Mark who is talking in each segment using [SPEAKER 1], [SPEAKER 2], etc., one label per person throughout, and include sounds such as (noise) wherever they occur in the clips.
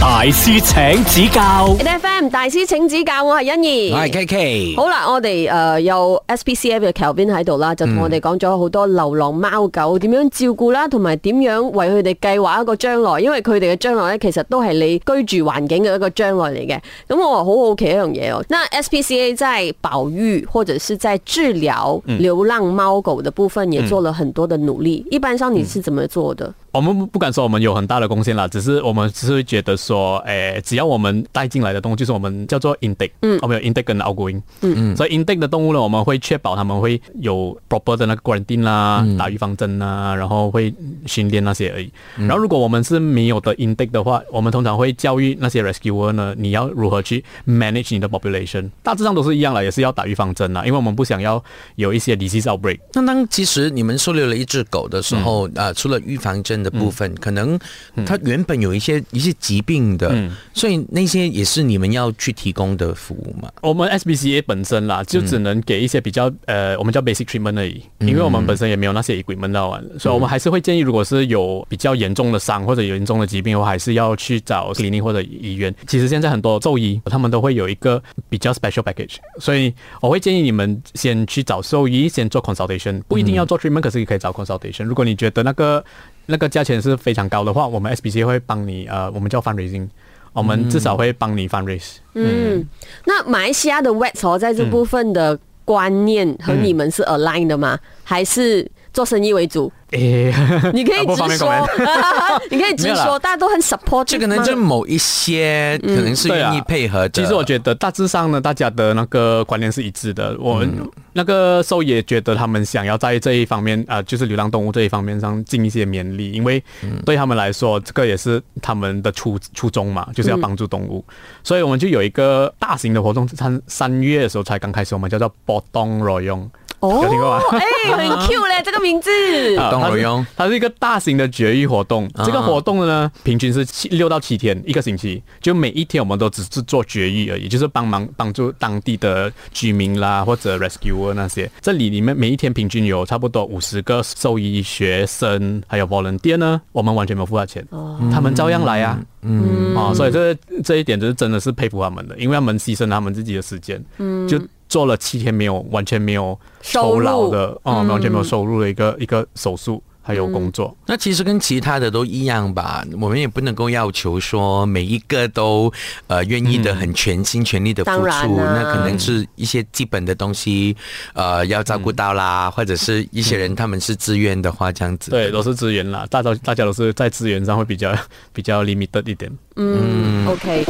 [SPEAKER 1] 大師請指教
[SPEAKER 2] A F M 大師請指教，我係欣怡。
[SPEAKER 3] 我係 K K，
[SPEAKER 2] 好啦，我哋誒有 S P C F 嘅 Kelvin 喺度啦，就
[SPEAKER 3] 嗯
[SPEAKER 2] 同我哋講咗好多流浪貓狗點樣照顧啦，同埋點樣為佢哋計劃一個將來，因為佢哋嘅將來咧其實都係你居住環境嘅一個將來嚟嘅。咁我好好奇一樣嘢哦，那 S P C A 在保育或者是在治療
[SPEAKER 3] 嗯
[SPEAKER 2] 流浪貓狗的部分也做了很多的努力，一般上你
[SPEAKER 3] 嗯
[SPEAKER 2] 是怎麼做的？
[SPEAKER 1] 我们不不敢说我们有很大的贡献啦，只是我们只是觉得说，诶，只要我们带进来的动物，就是我们叫做 intake，嗯，我们有 intake 跟 outgoing，嗯，所以 intake 的动物呢，我们会确保它们会有 proper 的那个 quarantine 啦，打预防针啦，然后会训练那些而已。然后如果我们是没有的 intake 的话，我们通常会教育那些 rescuer 呢，你要如何去 manage 你的 population，大致上都是一样啦，也是要打预防针啦，啊因为我们不想要有一些 disease outbreak。
[SPEAKER 3] 那当其实你们收留了一只狗的时
[SPEAKER 1] 嗯
[SPEAKER 3] 候，啊，除了预防针的部分，可能它原本有一些一些疾病的，
[SPEAKER 1] 嗯
[SPEAKER 3] 所以那些也是你们要去提供的服务嘛。
[SPEAKER 1] 我们 SBCA 本身啦，就只能给一些比较、呃，我们叫 basic treatment 而已，因为我们本身也没有那些 equipment 到玩，所以我们还是会建议，如果是有比较严重的伤或者有严重的疾病的话，还是要去找 clinic 或者医院。其实现在很多兽医他们都会有一个比较 special package，所以我会建议你们先去找兽医，先做 consultation，不一定要做 treatment，可是也可以找 consultation。如果你觉得那个那个价钱是非常高的话，我们 SBCA 会帮你呃，我们叫 fundraising，我们至少会帮你 fundraise。 (laughs)
[SPEAKER 2] 嗯，那马来西亚的 Wet 哦，在这部分的观念和
[SPEAKER 1] 嗯
[SPEAKER 2] 你们是 align 的吗？还是做生意为主？
[SPEAKER 1] 诶，
[SPEAKER 2] 你可以
[SPEAKER 1] 啊不方
[SPEAKER 2] 直
[SPEAKER 1] 便
[SPEAKER 2] 说 (laughs) 你可以直
[SPEAKER 3] 没有啦
[SPEAKER 2] 说，大家都很 support。
[SPEAKER 3] 这可能就某一些可能是
[SPEAKER 1] 对啊
[SPEAKER 3] 愿意配合的。
[SPEAKER 1] 其实我觉得大致上呢，大家的那个观念是一致的。我、
[SPEAKER 3] 嗯
[SPEAKER 1] 那个兽也觉得他们想要在这一方面啊、呃就是流浪动物这一方面上尽一些绵力，因为
[SPEAKER 3] 嗯
[SPEAKER 1] 对他们来说，这个也是他们的初初衷嘛，就是要帮助动物。
[SPEAKER 3] 嗯
[SPEAKER 1] 所以我们就有一个大型的活动，三三月的时候才刚开始，我们叫做波东罗用。有听过吗？嗯
[SPEAKER 2] 哎，很 Q 嘞，这个名字。
[SPEAKER 1] 啊
[SPEAKER 3] 懂
[SPEAKER 1] 它
[SPEAKER 3] 了
[SPEAKER 1] 是
[SPEAKER 3] 用
[SPEAKER 1] 它是一个大型的绝育活动。这个活动呢，平均是七六到七天，一个星期，就每一天我们都只是做绝育而已，就是帮忙帮助当地的居民啦，或者 rescuer 那些。这里里面每一天平均有差不多五十个兽医学生，还有 volunteer 呢，我们完全没有付他钱，他们照样来啊。哦嗯，哦，所以这这一点就是真的是佩服他们的，因为他们牺牲了他们自己的时间，嗯，就做了七天没有完全没有酬劳的，嗯，完全没有收入的一个一个手术，还有工作。
[SPEAKER 3] 那其实跟其他的都一样吧，我们也不能够要求说每一个都呃愿意
[SPEAKER 1] 嗯
[SPEAKER 3] 的很全心全力的付
[SPEAKER 2] 当
[SPEAKER 3] 出，
[SPEAKER 2] 然
[SPEAKER 1] 啊
[SPEAKER 2] 啦
[SPEAKER 3] 那可能是一些基本的东西，呃要照顾到
[SPEAKER 1] 嗯
[SPEAKER 3] 啦，或者是一些人他们是自愿的话这样子。
[SPEAKER 1] 对，都是资源啦，大家大家都是在资源上会比较比较 limited 一点。
[SPEAKER 2] 嗯，OK。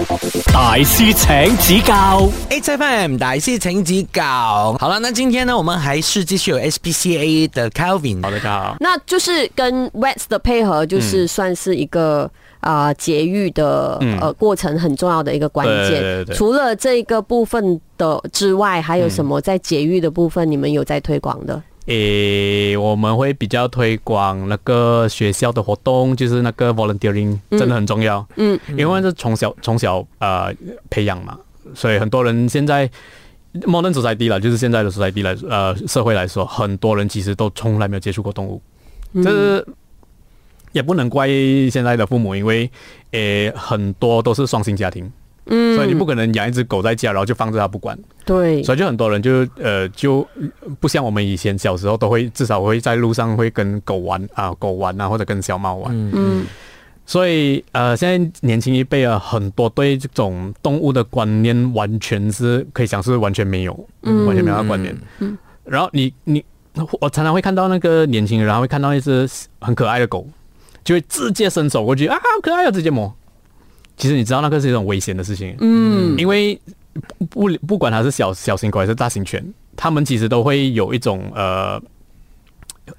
[SPEAKER 1] 大师请指教。
[SPEAKER 3] H F M 大师请指教。好了，那今天呢，我们还是继续有 S P C A 的 Calvin。
[SPEAKER 1] 好的，大家好。
[SPEAKER 2] 那就是跟 Wets 的配合，
[SPEAKER 1] 嗯
[SPEAKER 2] 就是算是一个啊、节育的呃过程很重要的一个关
[SPEAKER 1] 对
[SPEAKER 2] 键。
[SPEAKER 1] 对嗯对
[SPEAKER 2] 除了这个部分的之外，还有什么在节育的部分你们有在推广的？
[SPEAKER 1] 诶、我们会比较推广那个学校的活动，就是那个 volunteering，真的很重要。
[SPEAKER 2] 嗯，
[SPEAKER 1] 因为是从小从小呃培养嘛，所以很多人现在 modern society 啦，就是现在的 society 来呃社会来说，很多人其实都从来没有接触过动物，
[SPEAKER 2] 嗯
[SPEAKER 1] 这是也不能怪现在的父母，因为诶、很多都是双薪家庭，
[SPEAKER 2] 嗯，
[SPEAKER 1] 所以你不可能养一只狗在家，然后就放着它不管。
[SPEAKER 2] 对，
[SPEAKER 1] 所以就很多人就呃就不像我们以前小时候都会至少会在路上会跟狗玩啊狗玩啊或者跟小猫玩，
[SPEAKER 2] 嗯
[SPEAKER 1] 所以呃现在年轻一辈啊很多对这种动物的观念完全是可以讲是完全没有，
[SPEAKER 2] 嗯
[SPEAKER 1] 完全没有那观念。然后你你我常常会看到那个年轻人，然后会看到一只很可爱的狗，就会直接伸手过去啊好可爱啊直接摸，其实你知道那个是一种危险的事情，
[SPEAKER 2] 嗯，
[SPEAKER 1] 因为不不不管它是小小型狗还是大型犬，它们其实都会有一种呃，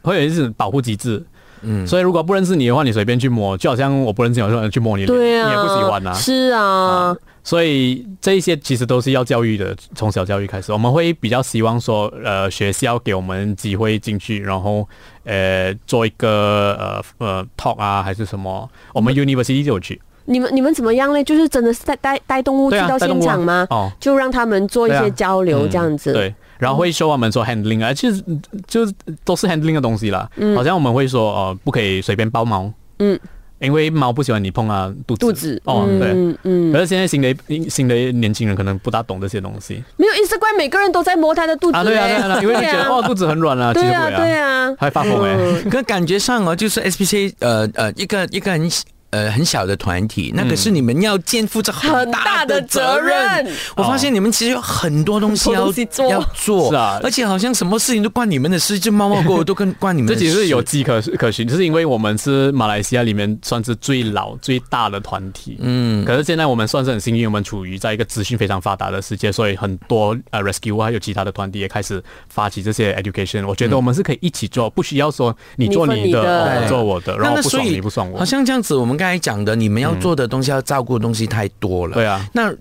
[SPEAKER 1] 会有一种保护机制。嗯，所以如果不认识你的话，你随便去摸，就好像我不认识你，我就去摸你脸，
[SPEAKER 2] 对啊，
[SPEAKER 1] 你也不喜欢啊。
[SPEAKER 2] 是啊，
[SPEAKER 1] 所以这一些其实都是要教育的，从小教育开始，我们会比较希望说，呃，学校给我们机会进去，然后呃，做一个呃呃 talk 啊，还是什么，
[SPEAKER 2] 嗯
[SPEAKER 1] 我们 university 就有去，
[SPEAKER 2] 你们你们怎么样嘞？就是真的是带带带动物去
[SPEAKER 1] 对啊
[SPEAKER 2] 到
[SPEAKER 1] 带动
[SPEAKER 2] 现
[SPEAKER 1] 物啊
[SPEAKER 2] 场吗？
[SPEAKER 1] 哦，
[SPEAKER 2] 就让他们做一
[SPEAKER 1] 对
[SPEAKER 2] 些
[SPEAKER 1] 啊
[SPEAKER 2] 交流，这样子。
[SPEAKER 1] 对，然后会说我们说 handling 啊，其实呃就是都是 handling 的东西啦。好像我们会说呃，不可以随便抱猫。
[SPEAKER 2] 嗯。
[SPEAKER 1] 因为猫不喜欢你碰它肚子。
[SPEAKER 2] 肚子
[SPEAKER 1] 哦，对。
[SPEAKER 2] 嗯嗯，
[SPEAKER 1] 可是现在新的新的年轻人可能不大懂这些东西
[SPEAKER 2] 没有 Instagram 每个人都在摸他的肚子
[SPEAKER 1] 啊，对啊，
[SPEAKER 2] 欸
[SPEAKER 1] 对啊，对啊因为你觉得哦肚子很软啊，其
[SPEAKER 2] 对
[SPEAKER 1] 实不
[SPEAKER 2] 啊
[SPEAKER 1] 会
[SPEAKER 2] 对，啊，
[SPEAKER 1] 还发疯哎，
[SPEAKER 3] 可感觉上哦，就是 SPC 呃呃一个一个很呃很小的团体，那可是你们要肩负着
[SPEAKER 2] 很
[SPEAKER 3] 很
[SPEAKER 2] 大
[SPEAKER 3] 大
[SPEAKER 2] 的
[SPEAKER 3] 的
[SPEAKER 2] 责
[SPEAKER 3] 责
[SPEAKER 2] 任
[SPEAKER 3] 任。我发现你们其实有很多东西
[SPEAKER 2] 很多
[SPEAKER 3] 要
[SPEAKER 2] 东西做
[SPEAKER 3] 要做，
[SPEAKER 1] 是啊
[SPEAKER 3] 而且好像什么事情都关你们的事，就猫猫狗狗
[SPEAKER 1] (laughs)
[SPEAKER 3] 都跟关你们
[SPEAKER 1] 这
[SPEAKER 3] 的事。
[SPEAKER 1] 其实是有迹可可循，就是因为我们是马来西亚里面算是最老最大的团体，嗯，可是现在我们算是很幸运，我们处于在一个资讯非常发达的世界，所以很多呃 rescue 啊，还有其他的团体也开始发起这些 education。我觉得我们是可以一起做，不需要说你做
[SPEAKER 2] 你分你
[SPEAKER 1] 的，
[SPEAKER 2] 的
[SPEAKER 1] 哦
[SPEAKER 3] 对
[SPEAKER 1] 我做我的，然后不
[SPEAKER 3] 那所
[SPEAKER 1] 爽
[SPEAKER 3] 以
[SPEAKER 1] 你不爽我嗯
[SPEAKER 3] 好，像这样子，我们刚才讲的，你们要做的东西、要照顾的东西太多了。
[SPEAKER 1] 对啊
[SPEAKER 3] 那呃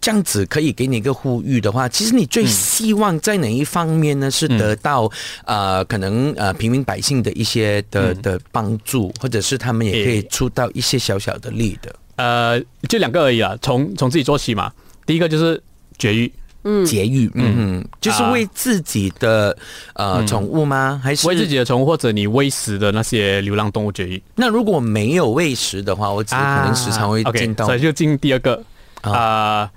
[SPEAKER 3] 这样子可以给你一个呼吁的话，其实你最希望在哪一方面呢？是得到、
[SPEAKER 1] 嗯
[SPEAKER 3] 呃，可能呃平民百姓的一些的的帮助，或者是他们也可以出到一些小小的力的。
[SPEAKER 1] 呃，就两个而已啊，从从自己做起嘛。第一个就是绝育，
[SPEAKER 3] 节育，嗯，嗯就是为自己的、呃宠物吗？还是
[SPEAKER 1] 啊嗯为自己的宠物或者你喂食的那些流浪动物绝育。
[SPEAKER 3] 那如果没有喂食的话，我只可能时常会
[SPEAKER 1] o k
[SPEAKER 3] 见到
[SPEAKER 1] 啊所以就进第二个啊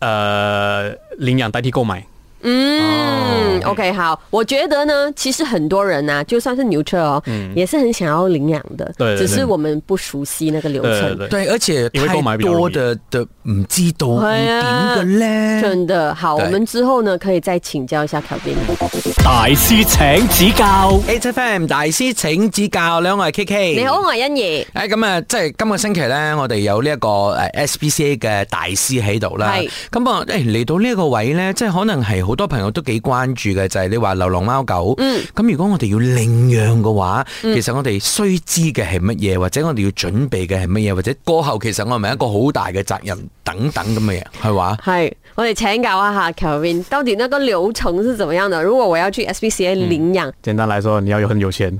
[SPEAKER 1] 呃领养代替购买，
[SPEAKER 2] 嗯，OK，好，我觉得呢，其实很多人呐、就算是牛车哦，也是很想要领养的，
[SPEAKER 1] 嗯对对对
[SPEAKER 2] 只是我们不熟悉那个流
[SPEAKER 1] 对对
[SPEAKER 2] 程。
[SPEAKER 1] 对。
[SPEAKER 3] 对，而且
[SPEAKER 1] 因為
[SPEAKER 3] 太
[SPEAKER 1] 購買比較容
[SPEAKER 3] 多
[SPEAKER 1] 易
[SPEAKER 3] 的的唔知道
[SPEAKER 2] 係啊
[SPEAKER 3] 點嘅咧。
[SPEAKER 2] 真的好，我
[SPEAKER 3] 对
[SPEAKER 2] 们之后呢可以再请教一下考斌。
[SPEAKER 1] 哎
[SPEAKER 4] 大師請指教，
[SPEAKER 3] H F M 大師請指教，兩位 K K。
[SPEAKER 2] 你好，。我係欣怡。
[SPEAKER 3] 誒咁啊，即係今個星期咧，我哋有呢一個誒 SPCA 嘅大師喺度啦
[SPEAKER 2] 係。
[SPEAKER 3] 咁啊，誒嚟到呢一個位咧，即係可能係好多朋友都幾關注嘅，就係、你話流浪貓狗。
[SPEAKER 2] 嗯
[SPEAKER 3] 咁如果我哋要領養嘅話，其實我哋需知嘅係乜嘢，或者我哋要準備嘅係乜嘢，或者過後其實我係咪一個好大嘅責任等等咁嘅嘢，係話？
[SPEAKER 2] 系，我哋请教一下 Kevin，到底那个流程是怎么样的？如果我要去 SPCA
[SPEAKER 1] 嗯
[SPEAKER 2] 领养，
[SPEAKER 1] 简单来说，你要有很有钱。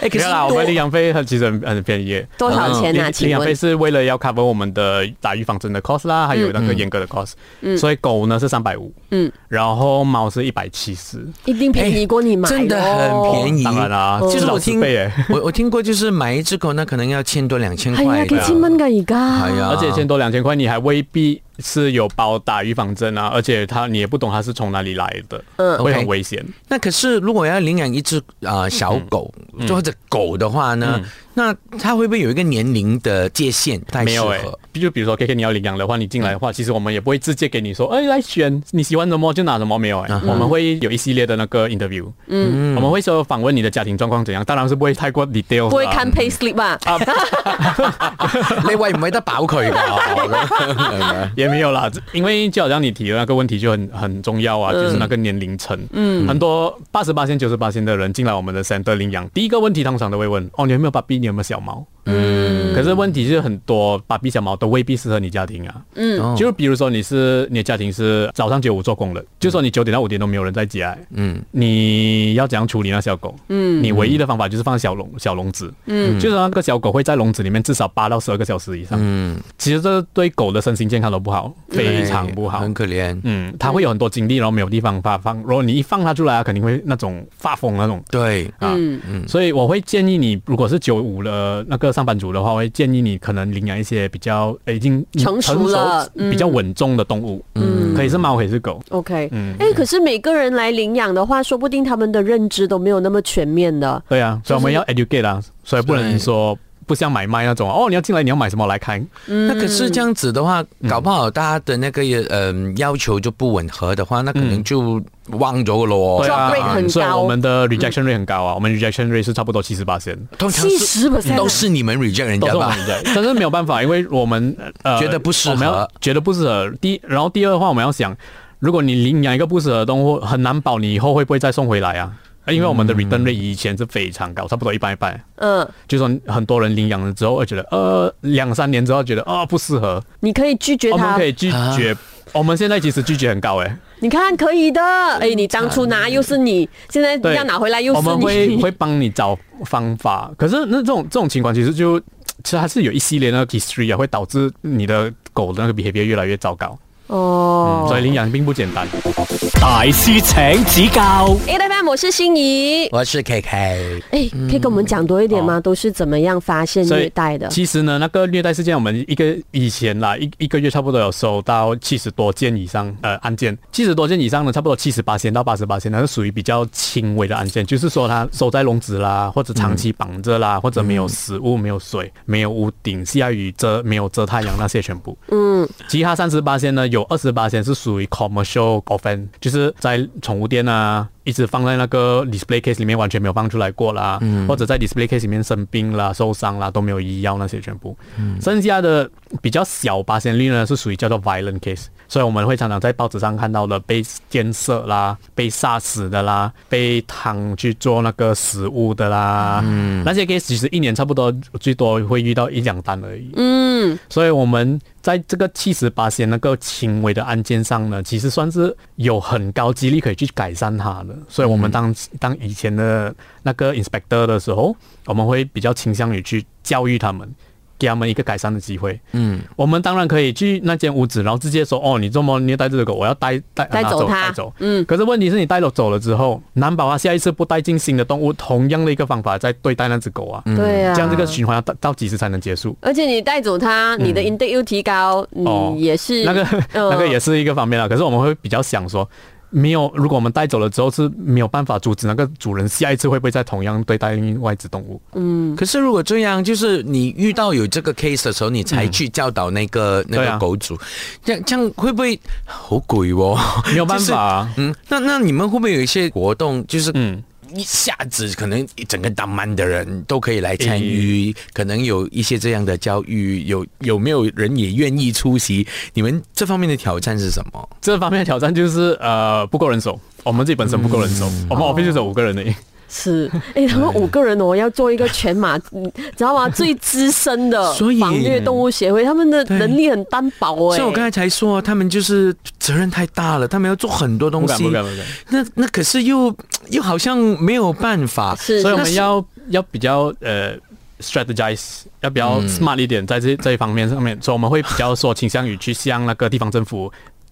[SPEAKER 3] 誒，
[SPEAKER 1] 没有啦，我们领养费很其实很很便宜。
[SPEAKER 2] 多少钱啊
[SPEAKER 1] 领
[SPEAKER 2] 请问
[SPEAKER 1] 领养费是为了要 cover 我们的打预防针的 cost 啦，还有那个阉割的 cost。所以狗呢是三百五，
[SPEAKER 2] 嗯，
[SPEAKER 1] 然后猫是一百七十。
[SPEAKER 2] 一定便宜过你买、哦
[SPEAKER 1] 哎
[SPEAKER 3] 真的很便宜。
[SPEAKER 1] 当然啦
[SPEAKER 3] 就
[SPEAKER 1] 至
[SPEAKER 3] 是我
[SPEAKER 1] 少十
[SPEAKER 3] 听
[SPEAKER 1] 倍耶，
[SPEAKER 3] 我我听过，就是买一只狗呢，可能要千多两千
[SPEAKER 2] 系啊，
[SPEAKER 3] 块。
[SPEAKER 2] 几千蚊噶而家。
[SPEAKER 3] 係啊
[SPEAKER 1] 而且千多两千块，你还未必是有包打预防针啊，而且它你也不懂它是从哪里来的，
[SPEAKER 2] 嗯
[SPEAKER 1] 会很
[SPEAKER 3] OK
[SPEAKER 1] 危险。
[SPEAKER 3] 那可是如果要领养一只
[SPEAKER 1] 嗯
[SPEAKER 3] 啊、呃小狗，就或者狗的话呢，那它会不会有一个年龄的界限不太
[SPEAKER 1] 没
[SPEAKER 3] 适
[SPEAKER 1] 有
[SPEAKER 3] 合？
[SPEAKER 1] 哎、就比如说 K K 你要领养的话，你进来的话，其实我们也不会直接给你说，哎、来选你喜欢什么就拿什么，没有哎、我们会有一系列的那个 interview，嗯，我们会说访问你的家庭状况怎样，当然是不会太过 detail，
[SPEAKER 2] 不会
[SPEAKER 1] 啦
[SPEAKER 2] 看 pay slip 啊，
[SPEAKER 1] 欸
[SPEAKER 3] (laughs) 你喂唔喂得飽
[SPEAKER 1] (laughs)
[SPEAKER 3] 佢哦㗎？
[SPEAKER 1] 也没有啦，这因为就好像你提的那个问题就很很重要啊，就是那个年龄层，嗯，很多八十八线、九十八线的人进来我们的 center 领养，第一个问题通常都会问，哦，你有没有芭比，你有没有小猫？嗯，可是问题就是很多芭比小猫都未必适合你家庭啊，
[SPEAKER 3] 嗯
[SPEAKER 1] 就比如说你是你的家庭是早上九五做工的，就说你九点到五点都没有人在家，
[SPEAKER 3] 嗯，
[SPEAKER 1] 你要怎样处理那小狗？嗯，你唯一的方法就是放小笼小笼子，嗯，就是那个小狗会在笼子里面至少八到十二个小时以上，
[SPEAKER 3] 嗯，
[SPEAKER 1] 其实这对狗的身心健康都不好，非常不好
[SPEAKER 3] 很。可怜。
[SPEAKER 1] 嗯，它会有很多精力，然后没有地方发放。如果你一放它出来，它肯定会那种发疯那种。
[SPEAKER 3] 对，
[SPEAKER 1] 啊，
[SPEAKER 2] 嗯
[SPEAKER 1] 所以我会建议你，如果是九五的那个上班族的话，我会建议你可能领养一些比较呃已经
[SPEAKER 2] 成熟了嗯
[SPEAKER 1] 比较稳重的动物，嗯，可以是猫，可以是狗，
[SPEAKER 2] (laughs) OK，哎、
[SPEAKER 1] 嗯
[SPEAKER 2] 可是每个人来领养的话，说不定他们的认知都没有那么全面的。
[SPEAKER 1] 对啊，所以我们要 educate 啊，所以不能
[SPEAKER 3] 对
[SPEAKER 1] 说不像买卖那种哦，你要进来你要买什么来看，
[SPEAKER 2] 嗯
[SPEAKER 3] 那可是这样子的话，搞不好大家的那个嗯、要求就不吻合的话，那可能就忘咗噶
[SPEAKER 1] 嗯
[SPEAKER 3] 咯。
[SPEAKER 1] 对啊
[SPEAKER 2] Drop rate 很高
[SPEAKER 1] 所以我们的 rejection rate 很高啊，我们 rejection rate 是差不多七十八先。
[SPEAKER 3] 通常
[SPEAKER 2] 七十 percent 啊
[SPEAKER 3] 都是你们 reject 人
[SPEAKER 1] 都
[SPEAKER 3] 家
[SPEAKER 1] 是我
[SPEAKER 3] 吧
[SPEAKER 1] 们？的， (laughs) 但是没有办法，因为我们 (laughs) 呃
[SPEAKER 3] 觉得不适合
[SPEAKER 1] 我们要觉得不适合。第一，然后第二的话，我们要想，如果你领养一个不适合的动物，很难保你以后会不会再送回来啊？因为我们的 return rate 以前是非常高，差不多一半一半。
[SPEAKER 2] 嗯，
[SPEAKER 1] 就说很多人领养了之后，会觉得呃两三年之后觉得啊、不适合，
[SPEAKER 2] 你可以拒绝
[SPEAKER 1] 我们
[SPEAKER 2] 他
[SPEAKER 1] 可，以拒绝。我们现在其实拒绝很高哎、
[SPEAKER 2] 你看可以的。哎、你当初拿又是 (laughs) 你，现在
[SPEAKER 1] 嗯对，
[SPEAKER 2] 要拿回来又
[SPEAKER 1] 我
[SPEAKER 2] 是 (laughs)
[SPEAKER 1] 们会
[SPEAKER 2] 你。
[SPEAKER 1] 会帮你找方法。可是那这种这种情况，其实就其实还是有一系列那个 history 啊，会导致你的狗的那个 behavior 越来越糟糕。
[SPEAKER 2] 哦。
[SPEAKER 1] 所以领养并不简单。
[SPEAKER 4] 大师请指教，
[SPEAKER 2] A 代班，我是心仪。
[SPEAKER 3] 我是 K K，
[SPEAKER 2] 哎，可以跟我们讲多一点吗？都是怎么样发现虐待的？
[SPEAKER 1] 其实呢，那个虐待事件，我们一个以前啦，一一个月差不多有收到七十多件以上呃案件，七十多件以上呢，差不多七十八到八十八那是属于比较轻微的案件，就是说他收在笼子啦，或者长期绑着
[SPEAKER 2] 嗯
[SPEAKER 1] 啦，或者没有食物、没有水、没有屋顶，下雨遮没有遮太阳那些全部。嗯，其他三十八呢，有二十八是属于 commercial offense，就是在宠物店啊。一直放在那个 display case 里面，完全没有放出来过啦，或者在 display case 里面生病啦、受伤啦都没有医药那些全部。剩下的比较小八仙率呢，是属于叫做 violent case，所以我们会常常在报纸上看到的被奸色啦、被杀死的啦、被汤去做那个食物的啦，那些 case 其实一年差不多最多会遇到一两单而已。
[SPEAKER 2] 嗯，
[SPEAKER 1] 所以我们在这个七十八那个轻微的案件上呢，其实算是有很高几率可以去改善它的。所以我
[SPEAKER 2] 嗯
[SPEAKER 1] 们当、当以前的那个 inspector 的时候，我们会比较倾向于去教育他们。给他们一个改善的机会。
[SPEAKER 3] 嗯，
[SPEAKER 1] 我们当然可以去那间屋子，然后直接说：“哦，你这么虐待这个狗，我要带带
[SPEAKER 2] 带
[SPEAKER 1] 拿
[SPEAKER 2] 走
[SPEAKER 1] 带
[SPEAKER 2] 它
[SPEAKER 1] 走。”
[SPEAKER 2] 嗯，
[SPEAKER 1] 可是问题是你带了走了之后，难保他下一次不带进新的动物，同样的一个方法在对待那只狗啊。
[SPEAKER 2] 对啊。
[SPEAKER 1] 这样这个循环要到到几时才能结束？
[SPEAKER 2] 而且你带走它，你的 intake 又提高，
[SPEAKER 1] 哦
[SPEAKER 2] 你也是
[SPEAKER 1] 那个、
[SPEAKER 2] 嗯
[SPEAKER 1] 那个也是一个方面了。可是我们会比较想说，没有，如果我们带走了之后是没有办法阻止那个主人下一次会不会再同样对待另外一只动物。
[SPEAKER 2] 嗯
[SPEAKER 3] 可是如果这样，就是你遇到有这个 case 的时候，你才去教导那个、那
[SPEAKER 1] 嗯对
[SPEAKER 3] 个
[SPEAKER 1] 啊
[SPEAKER 3] 狗主，这样这样会不会好鬼哦？ (laughs)
[SPEAKER 1] 没有办法、啊，
[SPEAKER 3] 嗯，那那你们会不会有一些活动，就是
[SPEAKER 1] 嗯，
[SPEAKER 3] 一下子可能一整个当班的人都可以来参与，可能有一些这样的教育，有有没有人也愿意出席？你们这方面的挑战是什么？
[SPEAKER 1] 这方面的挑战就是呃不够人手，我们自己本身不够人手，我
[SPEAKER 2] 哦
[SPEAKER 1] 们 office 就只有五个人而已。
[SPEAKER 2] 是，哎、他们五个人哦，要做一个全马， (laughs) 嗯知道吗？最资深的
[SPEAKER 3] 所以
[SPEAKER 2] 防虐动物协会，他们的
[SPEAKER 3] 对
[SPEAKER 2] 能力很单薄哎、
[SPEAKER 3] 像我刚才才说，他们就是责任太大了，他们要做很多
[SPEAKER 1] 不
[SPEAKER 3] 东
[SPEAKER 1] 敢
[SPEAKER 3] 西
[SPEAKER 1] 不，敢不敢，
[SPEAKER 3] 那那可是又又好像没有办法。
[SPEAKER 2] 是，
[SPEAKER 1] 所以我
[SPEAKER 2] 那
[SPEAKER 1] 们
[SPEAKER 2] 是
[SPEAKER 1] 要要比较呃 strategize，要比较 smart 一点，在这这一方面上面，所以我们会比较说倾向于去向那个地方政府。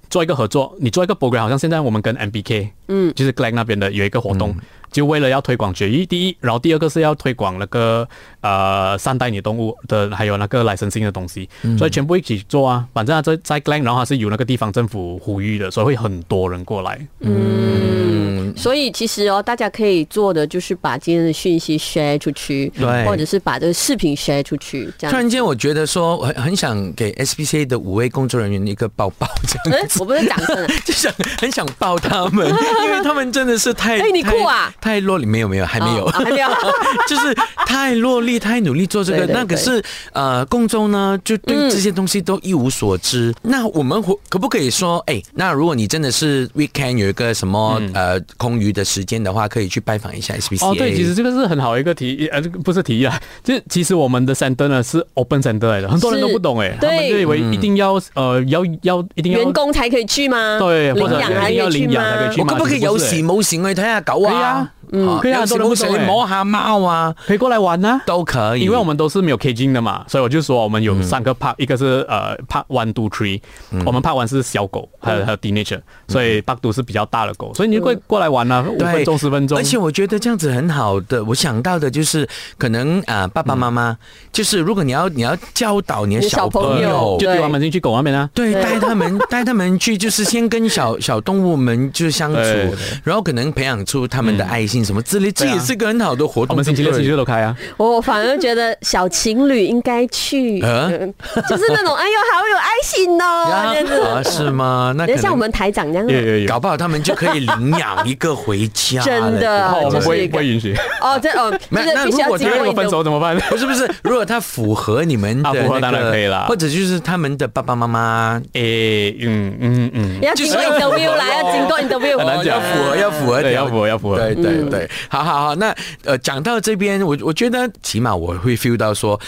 [SPEAKER 1] 做一个合作，你做一个 program，好像现在我们跟 MBK，嗯，就是 Glen 那边的有一个活动，就为了要推广绝育，第一，然后第二个是要推广那个呃善待你动物的，还有那个来生性的东西，所以全部一起做啊。反正它在在 Glen，然后它是有那个地方政府呼吁的，所以会很多人过来。
[SPEAKER 2] 嗯，所以其实哦，大家可以做的就是把今天的讯息 share 出去，
[SPEAKER 3] 对
[SPEAKER 2] 或者是把这个视频 share 出去，这样。
[SPEAKER 3] 突然间，我觉得说很很想给 SPCA 的五位工作人员一个抱抱，这
[SPEAKER 2] (laughs)
[SPEAKER 3] 样
[SPEAKER 2] 哎、我不是掌声啊，
[SPEAKER 3] 就想很想抱他们，因为他们真的是太
[SPEAKER 2] 哎你酷啊
[SPEAKER 3] 太太落力没有没有还没有，
[SPEAKER 2] 哦啊还没有
[SPEAKER 3] (laughs) 就是太落力太努力做这个，
[SPEAKER 2] 对对
[SPEAKER 3] 那可是呃，共州呢就对这些东西都一无所知。那我们可可不可以说，哎，那如果你真的是 weekend 有一个什么、呃空余的时间的话，可以去拜访一下 SPCA。
[SPEAKER 1] 嗯哦，对，其实这个是很好一个提议，呃，这个不是提议啊，这其实我们的 center 呢是 open center 来的，很多人都不懂哎、
[SPEAKER 2] 对
[SPEAKER 1] 他们就以为一定要、呃要要一定要
[SPEAKER 2] 员工才可以去吗？
[SPEAKER 1] 对，或
[SPEAKER 2] 领
[SPEAKER 1] 者
[SPEAKER 2] 养
[SPEAKER 1] 一
[SPEAKER 2] 还
[SPEAKER 1] 定要
[SPEAKER 2] 可以去
[SPEAKER 1] 领养才可
[SPEAKER 2] 吗
[SPEAKER 1] 以？去
[SPEAKER 3] 我
[SPEAKER 1] 嘛，
[SPEAKER 3] 可不可以
[SPEAKER 1] 其实
[SPEAKER 3] 有
[SPEAKER 1] 是
[SPEAKER 3] 事
[SPEAKER 1] 欸
[SPEAKER 3] 冇事我去睇下狗啊？
[SPEAKER 1] 可以啊嗯可以啊
[SPEAKER 3] 有事
[SPEAKER 1] 很多人
[SPEAKER 3] 冇
[SPEAKER 1] 不
[SPEAKER 3] 事
[SPEAKER 1] 懂
[SPEAKER 3] 你
[SPEAKER 1] 欸
[SPEAKER 3] 摸下猫啊，
[SPEAKER 1] 可以过来玩呢、
[SPEAKER 3] 都可以。
[SPEAKER 1] 因为我们都是没有 caging 的嘛，所以我就说我们有三个 part，、一个是呃 part one two three，、我们 part one 是小狗，还有还有 teenager，所以 part two 是比较大的狗，所以你就过过来玩呢、啊，五
[SPEAKER 3] 嗯对
[SPEAKER 1] 分钟十分钟，
[SPEAKER 3] 而且我觉得这样子很好的，我想到的就是可能啊、爸爸妈妈、就是如果你要你要教导你的
[SPEAKER 2] 你小
[SPEAKER 3] 小
[SPEAKER 2] 朋
[SPEAKER 3] 朋
[SPEAKER 2] 友
[SPEAKER 3] 友
[SPEAKER 1] 就。丢
[SPEAKER 2] 对
[SPEAKER 1] 他们进去狗那边啊，
[SPEAKER 3] 对，
[SPEAKER 2] 对
[SPEAKER 3] 带
[SPEAKER 2] (laughs)
[SPEAKER 3] 他们带他们去，就是先跟小小动物们就是相处
[SPEAKER 1] 对对对，
[SPEAKER 3] 然后可能培养出他们的爱心什么之类，这
[SPEAKER 1] 对啊
[SPEAKER 3] 也是个很好的活
[SPEAKER 1] 我
[SPEAKER 3] 动。
[SPEAKER 1] 们星期六、星
[SPEAKER 3] 对
[SPEAKER 1] 期
[SPEAKER 3] 不
[SPEAKER 1] 日都开啊。
[SPEAKER 2] 我反而觉得小情侣应该
[SPEAKER 1] (laughs)
[SPEAKER 2] 去，
[SPEAKER 1] 呃
[SPEAKER 3] 啊
[SPEAKER 2] 嗯就是那种哎呦好有爱心哦，这样
[SPEAKER 3] 对啊，
[SPEAKER 2] 子，
[SPEAKER 3] 是吗？那可
[SPEAKER 2] 人
[SPEAKER 3] 能
[SPEAKER 2] 像我们台长这样啊。
[SPEAKER 1] 有有有，
[SPEAKER 3] 搞不好他们就可以领养一个回家了。
[SPEAKER 2] 真的
[SPEAKER 1] 哦我
[SPEAKER 2] 这
[SPEAKER 1] 们
[SPEAKER 2] 是
[SPEAKER 1] 不会
[SPEAKER 2] 一个
[SPEAKER 1] 不会允许。
[SPEAKER 2] 哦，这哦，就
[SPEAKER 3] 没
[SPEAKER 2] 是
[SPEAKER 3] 那
[SPEAKER 2] 必须
[SPEAKER 3] 如
[SPEAKER 2] 要
[SPEAKER 3] 果
[SPEAKER 2] 结
[SPEAKER 1] 因为
[SPEAKER 3] 他
[SPEAKER 2] 婚
[SPEAKER 1] (laughs) 我
[SPEAKER 2] 的
[SPEAKER 1] 分手怎么办？
[SPEAKER 3] 不是不是，如果它符合你们的
[SPEAKER 1] 啊符合
[SPEAKER 3] 那
[SPEAKER 1] 当
[SPEAKER 3] 个，
[SPEAKER 1] 然可以啦
[SPEAKER 3] 或者就是他们的爸爸妈妈
[SPEAKER 1] 诶、嗯嗯嗯，
[SPEAKER 2] 要经过
[SPEAKER 3] 就是要
[SPEAKER 2] interview
[SPEAKER 3] 符合
[SPEAKER 2] 啦，要经过 interview，
[SPEAKER 1] 哦很难讲
[SPEAKER 3] 要符合，要符合
[SPEAKER 1] 对，
[SPEAKER 3] 条
[SPEAKER 1] 要符合要符合。
[SPEAKER 3] 对对
[SPEAKER 2] 嗯
[SPEAKER 3] 对，好好好，那呃，讲到这边，我我觉得起码我会 feel 到说。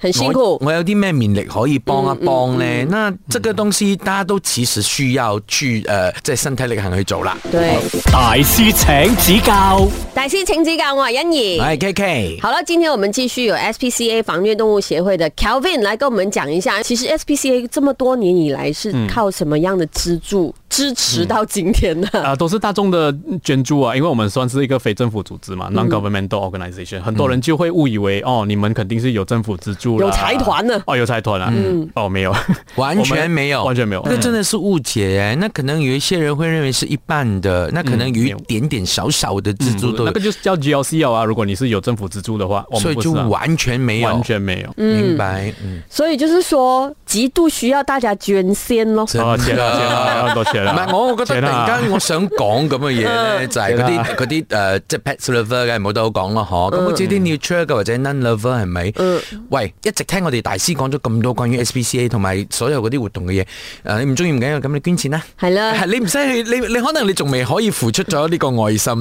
[SPEAKER 2] 很辛苦嗯
[SPEAKER 3] 我。我有啲咩勉力可以幫一幫呢？那這個東西大家都其實需要去呃，即係身體力行去做啦。
[SPEAKER 2] 对，
[SPEAKER 4] 大師請指教，
[SPEAKER 2] 大师请指教，我系欣怡。
[SPEAKER 3] 係哎 K K，
[SPEAKER 2] 嗯好了，今天我们继续有 SPCA 防虐动物协会的 Calvin 来跟我们讲一下，其实 SPCA 这么多年以来是
[SPEAKER 1] 嗯
[SPEAKER 2] 靠什么样的资助、支持到今天
[SPEAKER 1] (laughs)
[SPEAKER 2] 的？
[SPEAKER 1] 啊、都是大众的捐助啊，因为我们算是一个非政府组织嘛、
[SPEAKER 2] 嗯
[SPEAKER 1] n o n governmental organization，很多人就会误以为哦，你们肯定是有政府资助啦，
[SPEAKER 2] 有财团呢
[SPEAKER 1] 哦，有财团啊，嗯，哦，没
[SPEAKER 3] (laughs)
[SPEAKER 1] 有，
[SPEAKER 3] 完
[SPEAKER 1] 我
[SPEAKER 3] 全
[SPEAKER 1] 们
[SPEAKER 3] 沒有，
[SPEAKER 1] 完全没有，
[SPEAKER 3] 那真的是誤解
[SPEAKER 2] 嗯
[SPEAKER 3] 耶。那可能有一些人會認為是一半的，那可能
[SPEAKER 1] 嗯
[SPEAKER 3] 有
[SPEAKER 1] 沒
[SPEAKER 3] 一
[SPEAKER 1] 有嗯
[SPEAKER 3] 點點小小的自助都
[SPEAKER 1] 那
[SPEAKER 3] 有
[SPEAKER 1] 个，就是叫 GLC 啊，如果你是有政府资助的话，我
[SPEAKER 3] 所
[SPEAKER 1] 们
[SPEAKER 3] 以
[SPEAKER 1] 不、
[SPEAKER 3] 就是
[SPEAKER 1] 啊、
[SPEAKER 3] 完全沒有
[SPEAKER 1] 完，全没有。
[SPEAKER 3] 明白？嗯，
[SPEAKER 2] 所以就是说，极度需要大家捐献咯。
[SPEAKER 3] 真
[SPEAKER 1] 哦，钱啊钱啊，很多钱
[SPEAKER 3] 唔
[SPEAKER 1] 啊！
[SPEAKER 3] (laughs) 係，我我覺得
[SPEAKER 1] 錢
[SPEAKER 3] 突
[SPEAKER 1] 啊
[SPEAKER 3] 然間我想講咁嘅嘢
[SPEAKER 2] (laughs)
[SPEAKER 3] 咧，就係嗰啲嗰啲誒，即係 pet lover 嘅冇得好講咯，
[SPEAKER 2] 嗯
[SPEAKER 3] 嗬。咁好似啲 neutral 嘅或者 non lover 係咪？喂，一直聽我哋大師講咗咁多關於 SPCA 同埋所有嗰啲活動嘅嘢，誒你唔中意唔緊要，咁你捐錢啦。
[SPEAKER 2] 係啦
[SPEAKER 3] 係 (laughs) 你唔使去，你你可能你仲未可以付出咗呢個愛心，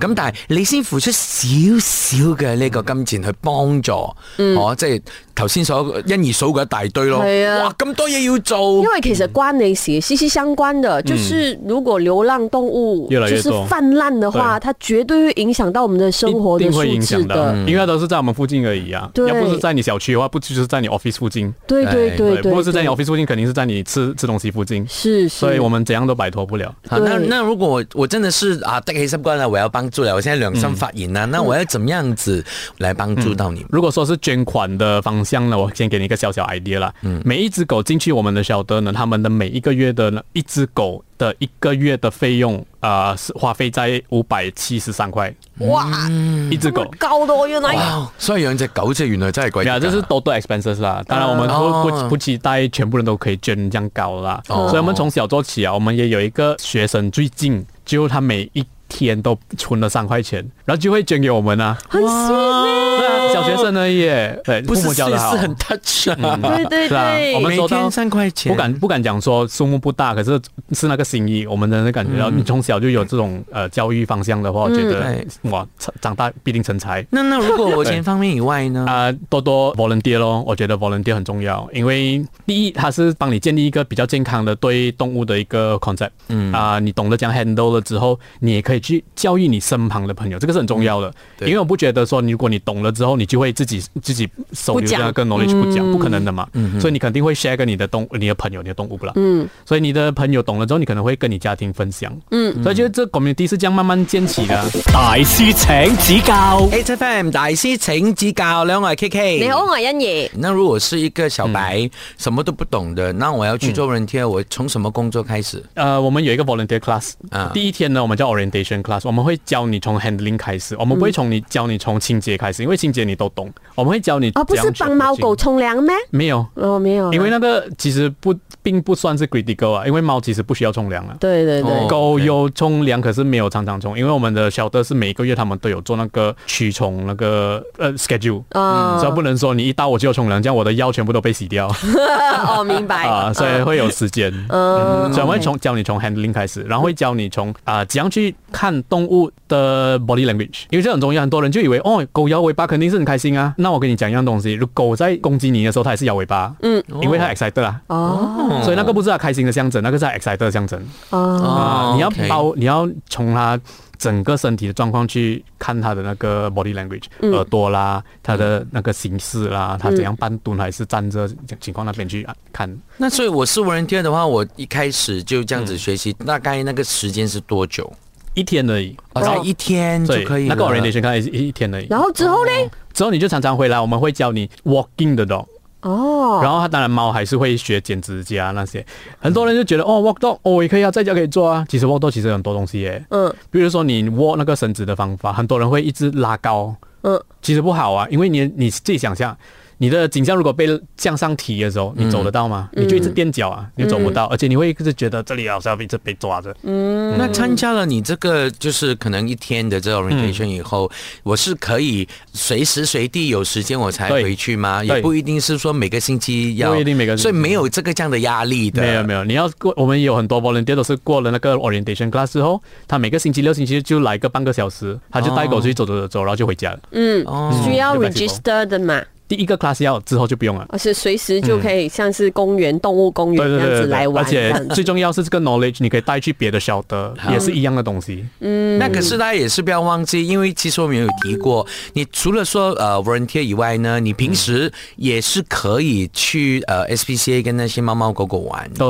[SPEAKER 3] 咁但係你先付出少少嘅呢個金錢去幫助，哦，即係頭先所欣怡數過一大堆咯。
[SPEAKER 2] 嗯係啊
[SPEAKER 3] 哇，咁多嘢要做
[SPEAKER 2] 因。为其实关你息息息相关的，就是
[SPEAKER 1] 嗯
[SPEAKER 2] 如果流浪动物
[SPEAKER 1] 越来
[SPEAKER 2] 就
[SPEAKER 1] 越
[SPEAKER 2] 是
[SPEAKER 1] 多
[SPEAKER 2] 泛滥的话，它绝对会影响到我们的生活
[SPEAKER 1] 一
[SPEAKER 2] 的
[SPEAKER 1] 定会
[SPEAKER 2] 素
[SPEAKER 1] 影
[SPEAKER 2] 质
[SPEAKER 1] 响
[SPEAKER 2] 的。
[SPEAKER 1] 因为都是在我们附
[SPEAKER 3] 嗯
[SPEAKER 1] 近而已啊。
[SPEAKER 2] 对
[SPEAKER 1] 要不是在你小区的话，不就是在你 office 附近？
[SPEAKER 2] 对对
[SPEAKER 3] 哎
[SPEAKER 2] 对对，
[SPEAKER 1] 不是在你
[SPEAKER 2] 对
[SPEAKER 1] office 附近，肯定是在你吃吃东西附近。
[SPEAKER 2] 是，是
[SPEAKER 1] 所以我们怎样都摆脱不了。
[SPEAKER 3] 好，那
[SPEAKER 2] 对
[SPEAKER 3] 那如果我我真的是啊，得起心肝了，我要帮助了，我现在良心发言
[SPEAKER 1] 嗯
[SPEAKER 3] 了，那我要怎么样子来帮助到你？
[SPEAKER 1] 如果说是捐款的方向呢，我先给你一个小小 idea 啦。
[SPEAKER 3] 嗯
[SPEAKER 1] 每一只狗进去我们的小德呢，他们的每一个月的呢，一只狗的一个月的费用，啊，是花费在五百七十三块，
[SPEAKER 2] 哇，
[SPEAKER 3] 嗯
[SPEAKER 1] 一只
[SPEAKER 2] 这么
[SPEAKER 1] 狗。
[SPEAKER 2] 高的哦，原来
[SPEAKER 3] 哇，所以养只狗即系原来真系贵
[SPEAKER 1] 嗯哎呀，
[SPEAKER 3] 㗎，
[SPEAKER 1] 这是 total expenses 啦。当然，我们
[SPEAKER 3] 哦
[SPEAKER 1] 不不不期待全部人都可以捐这样高啦。
[SPEAKER 3] 哦
[SPEAKER 1] 所以，我们从小做起啊。我们也有一个学生，最近就他每一天都存了三块钱，然后就会捐给我们啊。
[SPEAKER 2] 很细
[SPEAKER 1] 对啊，小学生而已耶，对，
[SPEAKER 3] 不
[SPEAKER 1] 父
[SPEAKER 3] 是
[SPEAKER 1] 母教
[SPEAKER 3] 是
[SPEAKER 1] 的好
[SPEAKER 3] 是。很 touch 啊，
[SPEAKER 2] 对对
[SPEAKER 1] 是啊
[SPEAKER 2] 对，
[SPEAKER 1] 我们
[SPEAKER 3] 每
[SPEAKER 1] 收到
[SPEAKER 3] 天三块钱，
[SPEAKER 1] 不敢不敢讲说数目不大，可是是那个心意，我们真的感觉到你从小就有这种呃教育方向的话，我觉得
[SPEAKER 3] 对
[SPEAKER 1] 哇，长长大必定成才。
[SPEAKER 3] 那那如果我钱方面以外呢？
[SPEAKER 1] 啊、多多 volunteer 咯，我觉得 volunteer 很重要，因为第一，它是帮你建立一个比较健康的对动物的一个 concept，嗯啊、你懂得讲 handle 了之后，你也可以去教育你身旁的朋友，这个是很重要的，
[SPEAKER 3] 对
[SPEAKER 1] 因为我不觉得说，如果你懂了之后，你就会自己自己手留着那个 knowledge 不讲，不嗯可能的嘛，所以你肯定会 share 跟你的动你的朋友、你的动物啦，嗯，所以你的朋友懂了之后，你可能会跟你家庭分享，嗯，所以就是这 community 是这样慢慢建起的啊、
[SPEAKER 4] 大師請指教，
[SPEAKER 3] H F M 大师请指教，两位 K K，
[SPEAKER 2] 你好，我係欣怡。
[SPEAKER 3] 那如果是一个小白，
[SPEAKER 1] 嗯
[SPEAKER 3] 什么都不懂的，那我要去做人贴，我从什么工作开始？
[SPEAKER 1] 呃，我们有一个 volunteer class，、
[SPEAKER 3] 啊
[SPEAKER 1] 第一天呢，我们叫 orientation class，我们会教你从 handling 开始，我们
[SPEAKER 2] 嗯
[SPEAKER 1] 不会从你教你从清洁开始，因为清洁你都懂，我们会教你
[SPEAKER 2] 哦，不
[SPEAKER 1] 怎
[SPEAKER 2] 是
[SPEAKER 1] 样去
[SPEAKER 2] 帮猫狗
[SPEAKER 1] 进行，
[SPEAKER 2] 冲凉咩？
[SPEAKER 1] 没有，
[SPEAKER 2] 哦，没有啊，
[SPEAKER 1] 因为那个其实不并不算是 critical 啊，因为猫其实不需要冲凉啊。
[SPEAKER 2] 对对对
[SPEAKER 3] 哦，
[SPEAKER 1] 狗
[SPEAKER 3] OK
[SPEAKER 1] 有冲凉，可是没有常常冲，因为我们的小的是每个月他们都有做那个驱虫那个呃 schedule，
[SPEAKER 2] 啊
[SPEAKER 1] 所以不能说你一到我就要冲凉，这样我的腰全部都被洗掉。
[SPEAKER 2] (laughs) 哦，明白哦
[SPEAKER 1] 啊，所以会有时间。嗯，所以我会从教你从 handling 开始，然后会教你从啊怎样去看动物的 body language，因为这很重要。很多人就以为哦，狗摇尾巴肯定是很开心啊。那我跟你讲一样东西，如狗在攻击你的时候，它也是摇尾巴，嗯，因为它 excited 啊。
[SPEAKER 2] 哦
[SPEAKER 1] 所以那个不是它开心的象征，那个是它 excited 的象征
[SPEAKER 2] 哦，
[SPEAKER 1] 啊！
[SPEAKER 3] 哦
[SPEAKER 1] 你要
[SPEAKER 3] OK
[SPEAKER 1] 包，你要从它整个身体的状况去看它的那个 body language，耳
[SPEAKER 3] 嗯
[SPEAKER 1] 朵啦，它的那个形式啦，它怎样半蹲还是站着情况那边去看。
[SPEAKER 3] 那所以我是无人贴的话，我一开始就这样子学习，大概那个时间是多久？
[SPEAKER 1] 一天而已，
[SPEAKER 3] 哦，才一天就
[SPEAKER 1] 对，
[SPEAKER 3] 可以
[SPEAKER 1] 那个
[SPEAKER 3] 了
[SPEAKER 1] orientation 看一一一天而已。
[SPEAKER 2] 然后之后呢？
[SPEAKER 1] 之后你就常常回来，我们会教你 walking 的 dog，、
[SPEAKER 2] 哦，
[SPEAKER 1] 然后它当然猫还是会学剪指甲那些。很多人就觉得哦
[SPEAKER 2] 嗯
[SPEAKER 1] walk dog 哦也可以啊，在家可以做啊。其实 walk dog 其实很多东西耶，
[SPEAKER 2] 嗯
[SPEAKER 1] 比如说你握那个绳子的方法，很多人会一直拉高，
[SPEAKER 2] 嗯，
[SPEAKER 1] 其实不好啊，因为你你自己想象。你的颈项如果被向上提的时候，
[SPEAKER 2] 嗯
[SPEAKER 1] 你走得到吗？你就一直垫脚啊，你走不到，而且你会一直觉得这里好像一直被抓着。
[SPEAKER 3] 嗯
[SPEAKER 1] 嗯
[SPEAKER 3] 那参加了你这个就是可能一天的这
[SPEAKER 1] 嗯
[SPEAKER 3] orientation 以后，我是可以随时随地有时间我才
[SPEAKER 1] 对
[SPEAKER 3] 回去吗？也
[SPEAKER 1] 对
[SPEAKER 3] 不一定是说每个星期要，
[SPEAKER 1] 不一定每个星期嗯
[SPEAKER 3] 所以没有这个这样的压力的。
[SPEAKER 2] 啊
[SPEAKER 1] 没有没有，你要过，我们有很多 volunteer 都是过了那个 orientation class 之后，他每个星期六、星期日就来个半个小时，他就带狗出去走走走走，然后就回家了。
[SPEAKER 2] 嗯，
[SPEAKER 3] 哦
[SPEAKER 2] 需要
[SPEAKER 1] 就 flexible
[SPEAKER 2] register 的嘛？
[SPEAKER 1] 第一个 class 要之后就不用了。
[SPEAKER 2] 而且哦随时就可以像是公园、动物公园
[SPEAKER 1] 对
[SPEAKER 2] 嗯这
[SPEAKER 1] 嗯对
[SPEAKER 2] 样
[SPEAKER 1] 对
[SPEAKER 2] 子
[SPEAKER 1] 对
[SPEAKER 2] 来
[SPEAKER 1] 对，而
[SPEAKER 2] 玩，这
[SPEAKER 1] 且
[SPEAKER 2] 样
[SPEAKER 1] 最
[SPEAKER 2] 子。
[SPEAKER 1] 重要是这个 knowledge 你可以带去别的小的，也是一样的东西。
[SPEAKER 2] 嗯
[SPEAKER 3] 那可是大家也是不要忘记，因为其实我们有提过，你除了说呃 volunteer 以外呢，你平时也是可以去呃 SPCA 跟那些猫猫狗狗玩的，
[SPEAKER 1] 对，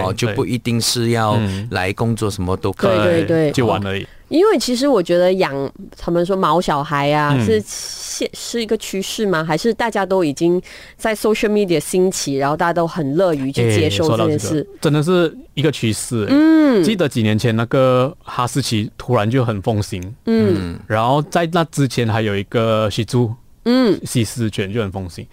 [SPEAKER 1] 嗯
[SPEAKER 3] 哦，就不一定是要来工作，什么都可以。
[SPEAKER 2] 对对对
[SPEAKER 1] 就玩而已。
[SPEAKER 2] 因为其实我觉得养他们说毛小孩啊，
[SPEAKER 1] 嗯
[SPEAKER 2] 是现是一个趋势吗？还是大家都已经在 social media 兴起，然后大家都很乐于去接受
[SPEAKER 1] 哎说
[SPEAKER 2] 这
[SPEAKER 1] 到
[SPEAKER 2] 件
[SPEAKER 1] 这
[SPEAKER 2] 事
[SPEAKER 1] 个？，真的是一个趋势。嗯，记得几年前那个哈士奇突然就很风行，嗯，然后在那之前还有一个喜猪，嗯，西斯犬就很风行。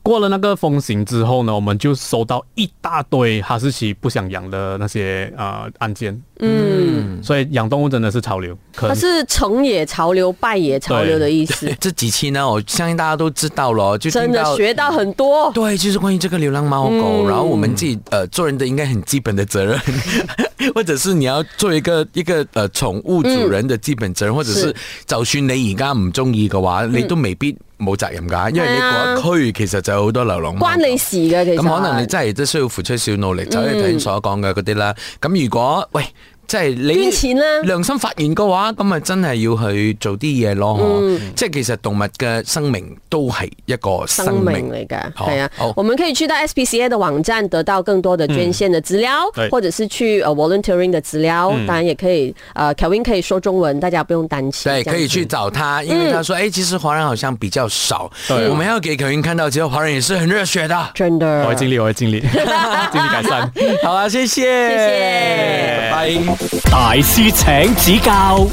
[SPEAKER 1] 过了那个风行之后呢，我们就收到一大堆哈士奇不想养的那些呃案件，嗯，所以养动物真的是潮流，可
[SPEAKER 2] 它
[SPEAKER 1] 能
[SPEAKER 2] 是成也潮流，败也潮流的意
[SPEAKER 1] (laughs)
[SPEAKER 2] 思。
[SPEAKER 3] 这几期呢，我相信大家都知道了哦，就
[SPEAKER 2] 真
[SPEAKER 3] 听
[SPEAKER 2] 的
[SPEAKER 3] 到
[SPEAKER 2] 学嗯到很多，
[SPEAKER 3] 对，就是关于这个流浪猫狗，然后我们自己呃做人的应该很基本的责任， (laughs) 或者是你要做一个一个呃宠物主人的基本责任，或者
[SPEAKER 2] 是
[SPEAKER 3] 是就算你而家唔中意嘅話，你都未必冇責任㗎，因為你
[SPEAKER 2] 係嗯啊
[SPEAKER 3] 嗰一區其實就有好多流浪貓狗。
[SPEAKER 2] 關你事嘅其實。
[SPEAKER 3] 咁可能你真係都需要付出少努力，就好似頭先所講嘅嗰啲啦。咁如果喂，即係你
[SPEAKER 2] 捐錢啦
[SPEAKER 3] 良心發現嘅話，咁咪真係要去做啲嘢咯。
[SPEAKER 2] 嗯
[SPEAKER 3] 嗬即係其實動物嘅生命都係一個
[SPEAKER 2] 生
[SPEAKER 3] 生
[SPEAKER 2] 命
[SPEAKER 3] 命
[SPEAKER 2] 嚟噶，
[SPEAKER 3] 好
[SPEAKER 2] 系啊
[SPEAKER 3] 好，
[SPEAKER 2] 我们可以去到 SPCA 的网站得到更多的捐献的资
[SPEAKER 3] 嗯
[SPEAKER 2] 料，
[SPEAKER 1] 对
[SPEAKER 2] 或者是去呃 volunteering 的资料，当然也可以呃 Kelvin 可以说中文，大家不用担心，
[SPEAKER 3] 对，
[SPEAKER 2] 这样
[SPEAKER 3] 可以去
[SPEAKER 2] 子。
[SPEAKER 3] 找他，因为他
[SPEAKER 2] 嗯
[SPEAKER 3] 说，哎、其实华人好像比较少。我们要给口音看到，其实华人也是很热
[SPEAKER 2] (laughs)
[SPEAKER 3] 血的。
[SPEAKER 2] 真的，
[SPEAKER 1] 我会尽力，我
[SPEAKER 2] (laughs)
[SPEAKER 1] 会尽力，尽力改善。
[SPEAKER 3] 好啊，谢谢，
[SPEAKER 2] 谢谢
[SPEAKER 3] 拜拜。
[SPEAKER 4] 大师请指教。